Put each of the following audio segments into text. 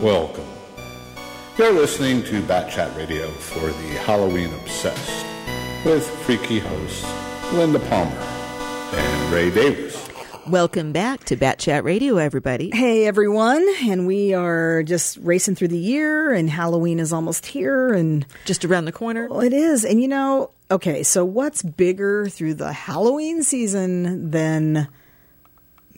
Welcome. You're listening to Bat Chat Radio for the Halloween Obsessed with freaky hosts Linda Palmer and Ray Davis. Welcome back to Bat Chat Radio, everybody. Hey everyone, and we are just racing through the year, and Halloween is almost here, and Just around the corner. well, it is. And you know, okay, so what's bigger through the Halloween season than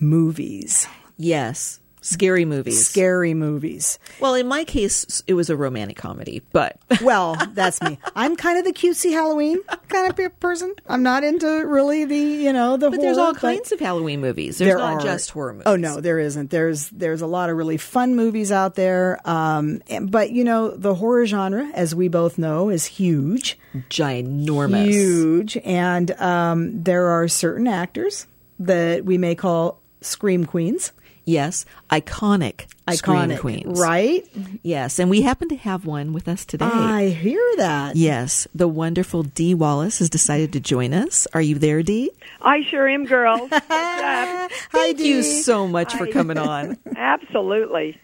movies, Yes. Scary movies. scary movies? Well, in my case, it was a romantic comedy, but Well, that's me. I'm kind of the cutesy Halloween kind of pe- person. I'm not into really the you know the. but there's all horror, kinds of Halloween movies. There's there not are- just horror movies. Oh no, there isn't. There's there's a lot of really fun movies out there. Um, and- but you know, the horror genre, as we both know, is huge, Ginormous. huge, and um, there are certain actors that we may call scream queens, Yes. Iconic. Scream iconic queens. right? Yes. And we happen to have one with us today. I hear that. yes. The wonderful Dee Wallace has decided to join us. Are you there, Dee? I sure am, girls. What's up? Thank you so much for Hi. coming on. Absolutely.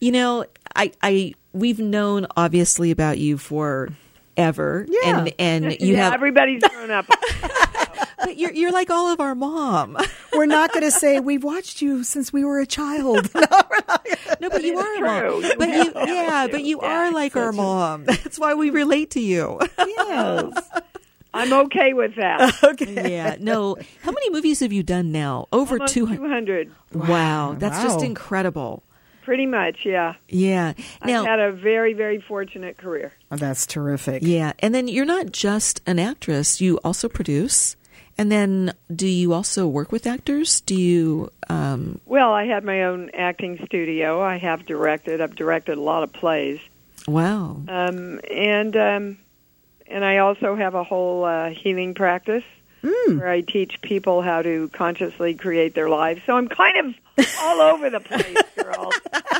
You know, I, I we've known obviously about you for ever. Yeah. And and you Yeah, have everybody's grown up. but you're you're like all of our mom. We're not going to say we've watched you since we were a child. No, but you are our true. mom. You But have you that yeah, too. but you Yeah, are like our mom. That's why we relate to you. yes. I'm okay with that. yeah. No. How many movies have you done now? Over Almost two hundred 200, Wow. That's just Wow. incredible. pretty much, yeah. Yeah. I've Now had a very, very fortunate career. Oh, that's terrific. Yeah. And then you're not just an actress, you also produce. And then do you also work with actors? Do you um Well, I had my own acting studio. I have directed. I've directed a lot of plays. wow. Um, and um, and I also have a whole uh, healing practice where I teach people how to consciously create their lives. So I'm kind of all over the place, girl.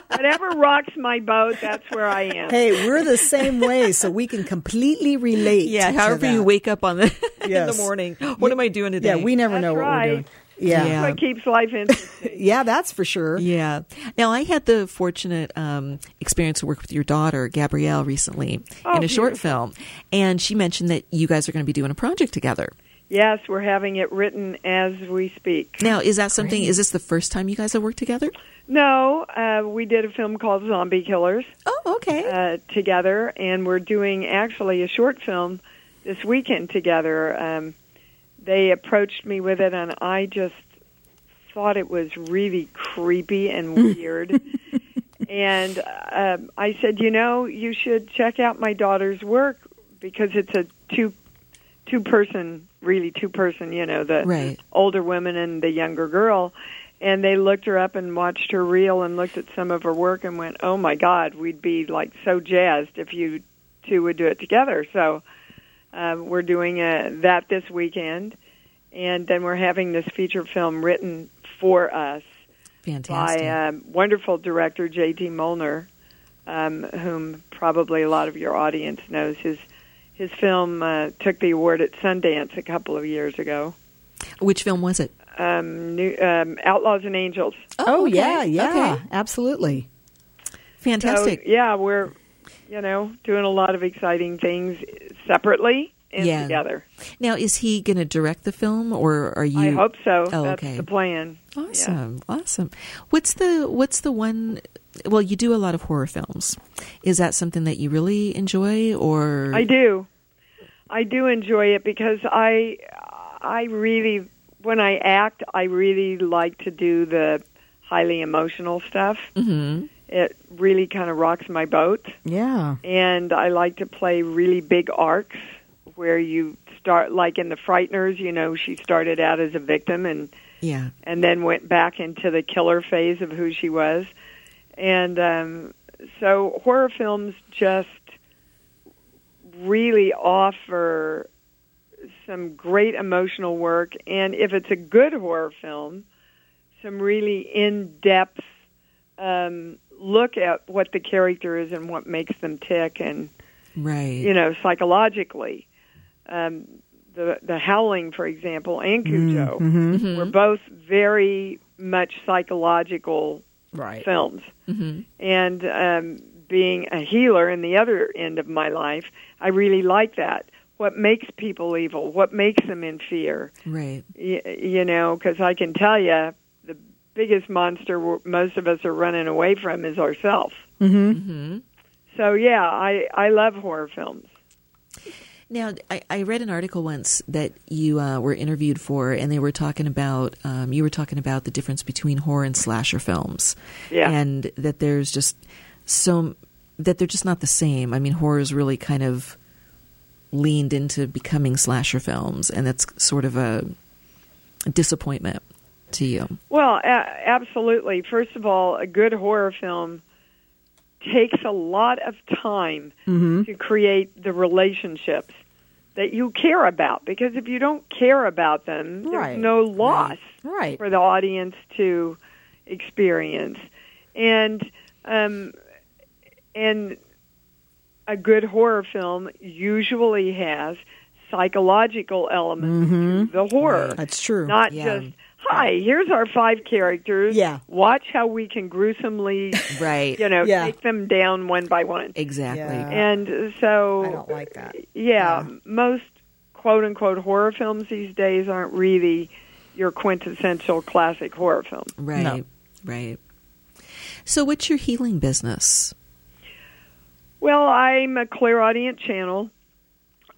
Whatever rocks my boat, that's where I am. Hey, we're the same way, so we can completely relate. Yeah, to however you that. wake up on the in the Yes. morning. What am I doing today? Yeah, we never That's know what right. we're doing. Yeah. Yeah. yeah. That's what keeps life interesting. that's for sure. Yeah. Now I had the fortunate um, experience to work with your daughter Gabrielle recently Oh, in a short beautiful. film, and she mentioned that you guys are going to be doing a project together. Yes, we're having it written as we speak. Now, is that something? Is this the first time you guys have worked together? No, uh, we did a film called Zombie Killers Oh, okay. uh, together, and we're doing actually a short film this weekend together. Um, they approached me with it, and I just thought it was really creepy and weird. and um, I said, you know, you should check out my daughter's work because it's a two two person, really two person. You know, the Right. older woman and the younger girl. And they looked her up and watched her reel and looked at some of her work and went, "Oh my God, we'd be like so jazzed if you two would do it together." So um, we're doing uh, that this weekend, and then we're having this feature film written for us Fantastic. by um wonderful director J.D. Molnar, um, whom probably a lot of your audience knows. His his film uh, took the award at Sundance a couple of years ago. Which film was it? Um, new, um, Outlaws and Angels. Oh, okay. yeah, yeah, Okay. absolutely. Fantastic. So, yeah, we're you know doing a lot of exciting things separately and Yeah. together. Now, is he going to direct the film, or are you? I hope so. Oh, That's okay. the plan. Yeah. Awesome, awesome. What's the what's the one? Well, you do a lot of horror films. Is that something that you really enjoy, or I do. I do enjoy it because I I really when I act, I really like to do the highly emotional stuff. Mhm. It really kind of rocks my boat Yeah. and I like to play really big arcs where you start like in the frighteners, you know, she started out as a victim and Yeah, and then went back into the killer phase of who she was. And um, so horror films just really offer some great emotional work. And if it's a good horror film, some really in depth um, look at what the character is and what makes them tick and right. you know, psychologically. Um, the the Howling, for example, and Cujo were both very much psychological Right. films. And um, being a healer in the other end of my life, I really like that. What makes people evil? What makes them in fear? Right. Y- you know, because I can tell you the biggest monster we're- most of us are running away from is ourselves. Mm-hmm. So yeah, I I love horror films. Now, I, I read an article once that you uh, were interviewed for, and they were talking about um, you were talking about the difference between horror and slasher films, Yeah. and that there's just so that they're just not the same. I mean, horror's really kind of leaned into becoming slasher films, and that's sort of a disappointment to you. Well, a- absolutely. First of all, a good horror film takes a lot of time Mm-hmm. to create the relationships that you care about because if you don't care about them, Right. there's no loss Right. for the audience to experience. And um, and a good horror film usually has psychological elements to the horror. Mm-hmm. That's true. Not Yeah. just hi, here's our five characters. Yeah. Watch how we can gruesomely Right. you know, Yeah. take them down one by one. Exactly. Yeah. And so I don't like that. yeah, most quote unquote horror films these days aren't really your quintessential classic horror film. Right. No. Right. So, what's your healing business? Well, I'm a clairaudient channel.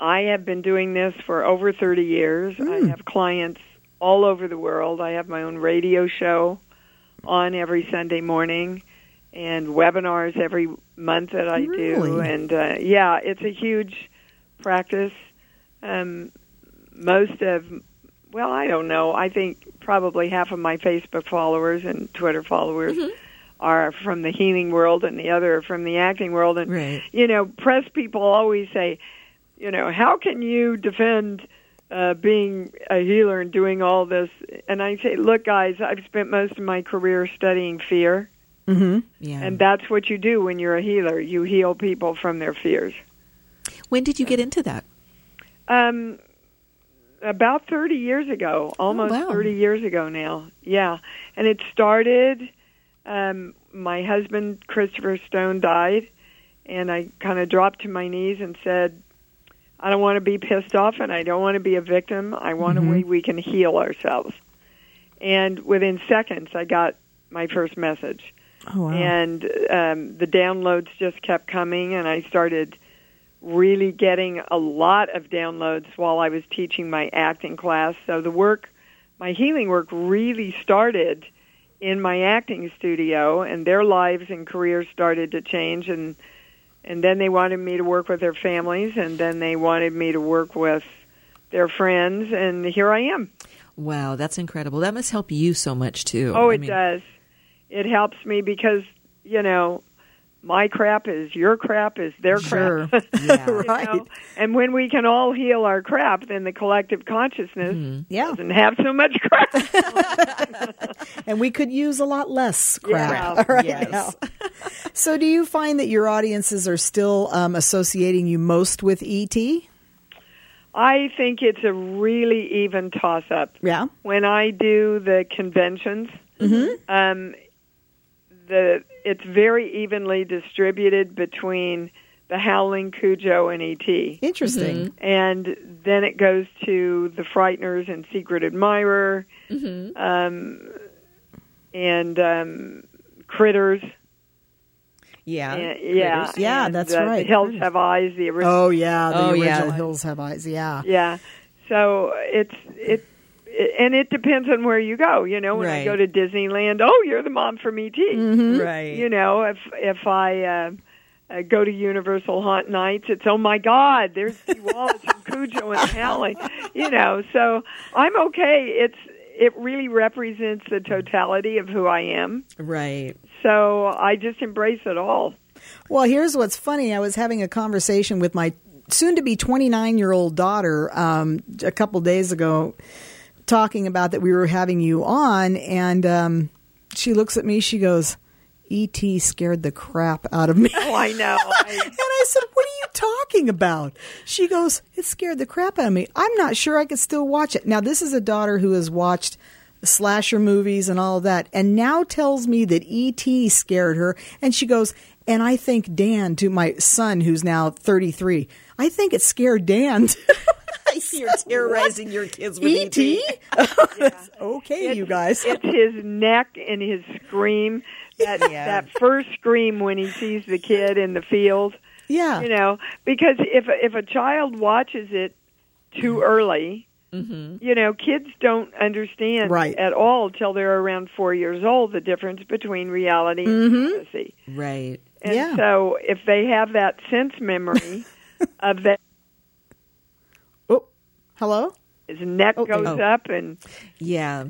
I have been doing this for over 30 years. Hmm. I have clients all over the world. I have my own radio show on every Sunday morning and webinars every month that I do. Really? And uh, yeah, it's a huge practice. Um, most of, well, I don't know, I think probably half of my Facebook followers and Twitter followers. Are from the healing world and the other are from the acting world, and Right. you know, press people always say, you know, how can you defend uh, being a healer and doing all this? And I say, look, guys, I've spent most of my career studying fear, Yeah. and that's what you do when you're a healer. You heal people from their fears. when did you get into that? Um, about 30 years ago, almost Oh, wow. 30 years ago now. Yeah. And it started, um, my husband, Christopher Stone, died, and I kind of dropped to my knees and said, I don't want to be pissed off and I don't want to be a victim. I want Mm-hmm. a way we can heal ourselves. And within seconds, I got my first message Oh, wow. and um, the downloads just kept coming, and I started really getting a lot of downloads while I was teaching my acting class. So the work, my healing work, really started in my acting studio, and their lives and careers started to change, and and then they wanted me to work with their families, and then they wanted me to work with their friends, and here I am. Wow, that's incredible. That must help you so much too. Oh, I it mean, does. It helps me because you know my crap is your crap is their Sure. crap. Yeah. you Right. know? And when we can all heal our crap, then the collective consciousness Yeah. doesn't have so much crap. And we could use a lot less crap Yeah. right Yes. now. So, do you find that your audiences are still um, associating you most with E ET? I think it's a really even toss up. Yeah. When I do the conventions, Mm-hmm. um, the it's very evenly distributed between the Howling Cujo and ET. Interesting. and then it goes to the frighteners and secret admirer Mm-hmm. um, and um, critters Yeah. and- yeah Critters. Yeah, and, that's uh, right, hills Critters. have eyes the original Oh yeah, the Oh, yeah. original Hills Have Eyes. Yeah. yeah so it's it, it and it depends on where you go you know when i Right. go to disneyland oh you're the mom from et Mm-hmm. Right. you know if if i uh, uh, go to Universal Haunt Nights. It's oh my God, there's T. Wallace and Cujo and Howling. You know, so I'm okay. It's it really represents the totality of who I am. Right. So I just embrace it all. Well, here's what's funny. I was having a conversation with my soon to be 29 year old daughter um, a couple days ago, talking about that we were having you on, and um, she looks at me. She goes, "ET scared the crap out of me." Oh, I know. I, And I said, What are you talking about? She goes, It scared the crap out of me. I'm not sure I could still watch it. Now, this is a daughter who has watched slasher movies and all of that, and now tells me that E.T. scared her. And she goes, and I think Dan, to my son who's now 33, I think it scared Dan. I You're terrorizing your kids with E ET. E.T.? E okay, you guys. It's his neck and his scream. That Yeah. that first scream when he sees the kid in the field. yeah. You know, because if a- if a child watches it too Mm-hmm. early, you know, kids don't understand Right. at all till they're around four years old the difference between reality and fantasy. Right. And Mm-hmm. Yeah. so if they have that sense memory of that oh, hello? his neck Oh, goes oh. up and Yeah.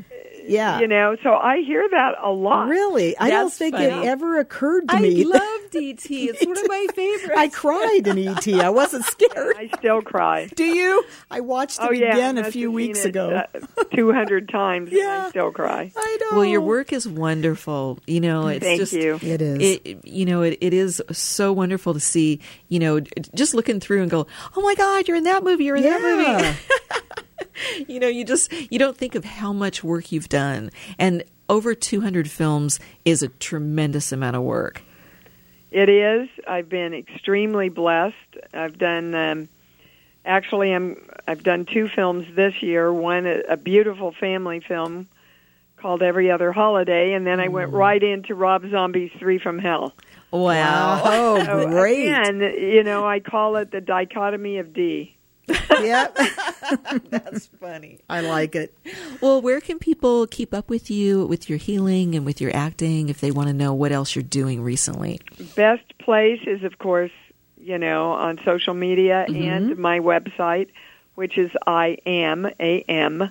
Yeah. you know, so I hear that a lot. Really? I don't That's think it funny. ever occurred to I me. loved ET. It's one of my favorites. I cried in ET. I wasn't scared. I still cry. Do you? I watched it oh yeah, again I a must few have weeks seen it, ago. uh, 200 times and Yeah. I still cry. I know. Well, your work is wonderful. You know, it's Thank just you. It is. It, you know, it, it is so wonderful to see. You know, d- just looking through and go, oh my God, you're in that movie. You're in that movie. Yeah. you know, you just you don't think of how much work you've done, and over 200 films is a tremendous amount of work. It is. I've been extremely blessed. I've done um, actually I'm I've done two films this year. One a, a beautiful family film called Every Other Holiday and then I went Mm. right into Rob Zombie's 3 from Hell. Wow. Oh, So great. again, you know, I call it the dichotomy of D. Yep. That's funny. I like it. Well, where can people keep up with you with your healing and with your acting if they want to know what else you're doing recently? Best place is of course, you know, on social media Mm-hmm. and my website, which is I am A M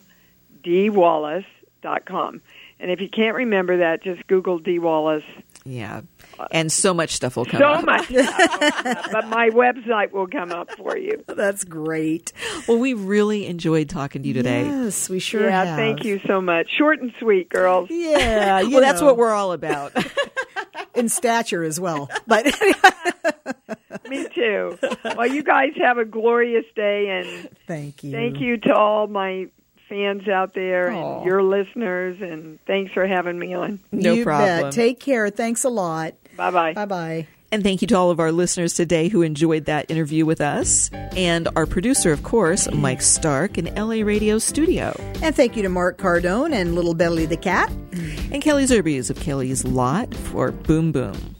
D Wallace dot com. And if you can't remember that, just Google D Wallace. Yeah. Uh, And so much stuff will come So up. much, stuff. but my website will come up for you. That's great. Well, we really enjoyed talking to you today. Yes, we sure Yeah, have. thank you so much. Short and sweet, girls. Yeah. you well, Uh, that's know, what we're all about. in stature as well. But Me too. Well, you guys have a glorious day, and thank you. thank you to all my fans out there Aw. and your listeners, and thanks for having me on. no You bet. problem. Take care. Thanks a lot. Bye bye. Bye bye. And thank you to all of our listeners today who enjoyed that interview with us and our producer, of course, Mike Stark in LA Radio Studio. And thank you to Mark Cardone and Little Belly the Cat. And Kelly Zerbees of Kelly's Lot for Boom Boom.